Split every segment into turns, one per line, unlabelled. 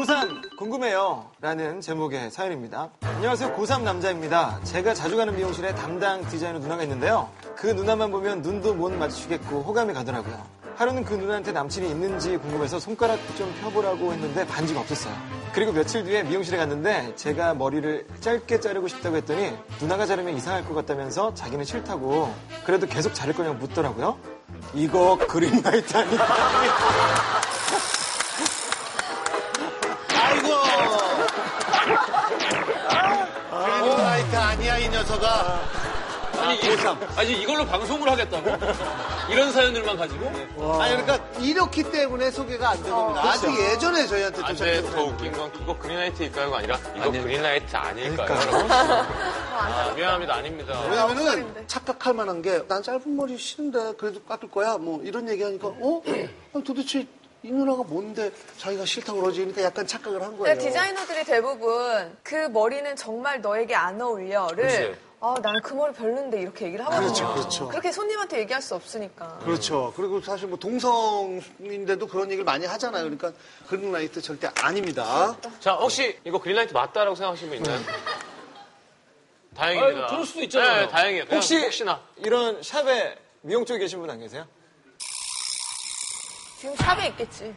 고3 궁금해요 라는 제목의 사연입니다. 안녕하세요 고3 남자입니다. 제가 자주 가는 미용실에 담당 디자이너 누나가 있는데요. 그 누나만 보면 눈도 못 마주치겠고 호감이 가더라고요. 하루는 그 누나한테 남친이 있는지 궁금해서 손가락 좀 펴보라고 했는데 반지가 없었어요. 그리고 며칠 뒤에 미용실에 갔는데 제가 머리를 짧게 자르고 싶다고 했더니 누나가 자르면 이상할 것 같다면서 자기는 싫다고 그래도 계속 자를 거냐고 묻더라고요. 이거 그린라이트 아니야?
아이고. 그린라이트 아니야 이 녀석아.
아니, 이- 아니, 이걸로 방송을 하겠다고? 이런 사연들만 가지고?
네, 뭐,
아니 그러니까 이렇기 때문에 소개가 안 된 겁니다. 아주 네. 예전에 저희한테 좀
근데 더 웃긴 건 그거 그린라이트일까요가 아니라 이거 그린라이트 아닐까요? 아, 미안합니다. 아닙니다.
네.
왜냐면은 착각할 만한 게 난 짧은 머리 싫은데 그래도 깎을 거야 뭐 이런 얘기하니까 어? 아니, 도대체 이 누나가 뭔데 자기가 싫다고 그러지 그러니까 약간 착각을 한 거예요.
그러니까 디자이너들이 대부분 그 머리는 정말 너에게 안 어울려를 아, 난 그 머리 별론데 이렇게 얘기를 하거든요.
그렇죠, 그렇죠.
렇게 손님한테 얘기할 수 없으니까.
그렇죠. 그리고 사실 뭐 동성인데도 그런 얘기를 많이 하잖아요. 그러니까 그린라이트 절대
네,
아닙니다.
자, 혹시 이거 그린라이트 맞다라고 생각하시는 분 있나요?
아유,
다행입니다.
그럴 수도 있잖아요.
네, 다행이에요. 그냥
혹시-
혹시나.
이런 샵에 미용 쪽에 계신 분 안 계세요?
지금 샵에 있겠지.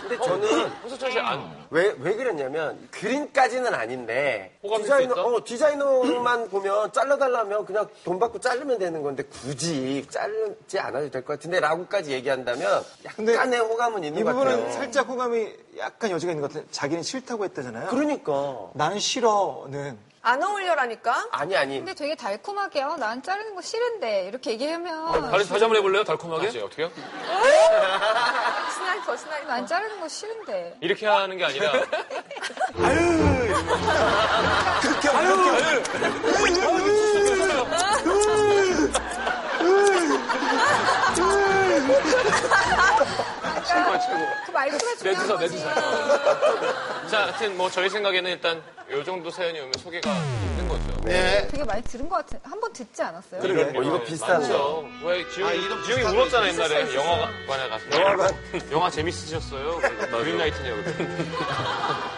근데 저는
홍수철 씨
아,
안.
왜, 왜 그랬냐면 그린까지는 아닌데
호감일
디자이너,
수 있다?
어, 디자이너만 보면 잘라달라면 그냥 돈 받고 자르면 되는 건데 굳이 자르지 않아도 될 것 같은데 라고까지 얘기한다면
근데
약간의 호감은 있는
이
것
부분은
같아요.
살짝 호감이 약간 여지가 있는 것 같아요. 자기는 싫다고 했다잖아요.
그러니까
나는 싫어는
안 어울려라니까.
아니 아니
근데 되게 달콤하게 어, 난 자르는 거 싫은데 이렇게
네.
얘기하면
다시, 다시 한번 해볼래요? 달콤하게?
맞지, 어떻게요?
스나이퍼, 스나이퍼.
난 자르는 거 싫은데
이렇게 하는 게 아니라.
그렇게 하면
그 말투가 중요한
내주사,
거지
내주사. 자, 하여튼 뭐 저희 생각에는 일단 요 정도 사연이 오면 소개가 힘든 거죠.
네.
되게 많이 들은 것 같은 한 번 듣지 않았어요?
어, 이거 비슷하네.
아, 맞죠. 왜 지웅이,
아, 이거
지웅이
비슷한
울었잖아,
거
옛날에. 영화관에 가서. 영화관? 영화 재밌으셨어요? 그린라이트냐고.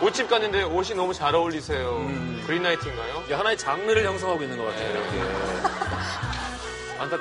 옷집 갔는데 옷이 너무 잘 어울리세요. 그린라이트인가요? 네.
이게 하나의 장르를 형성하고 있는 것 같아요. 이렇게. 안타깝습니다.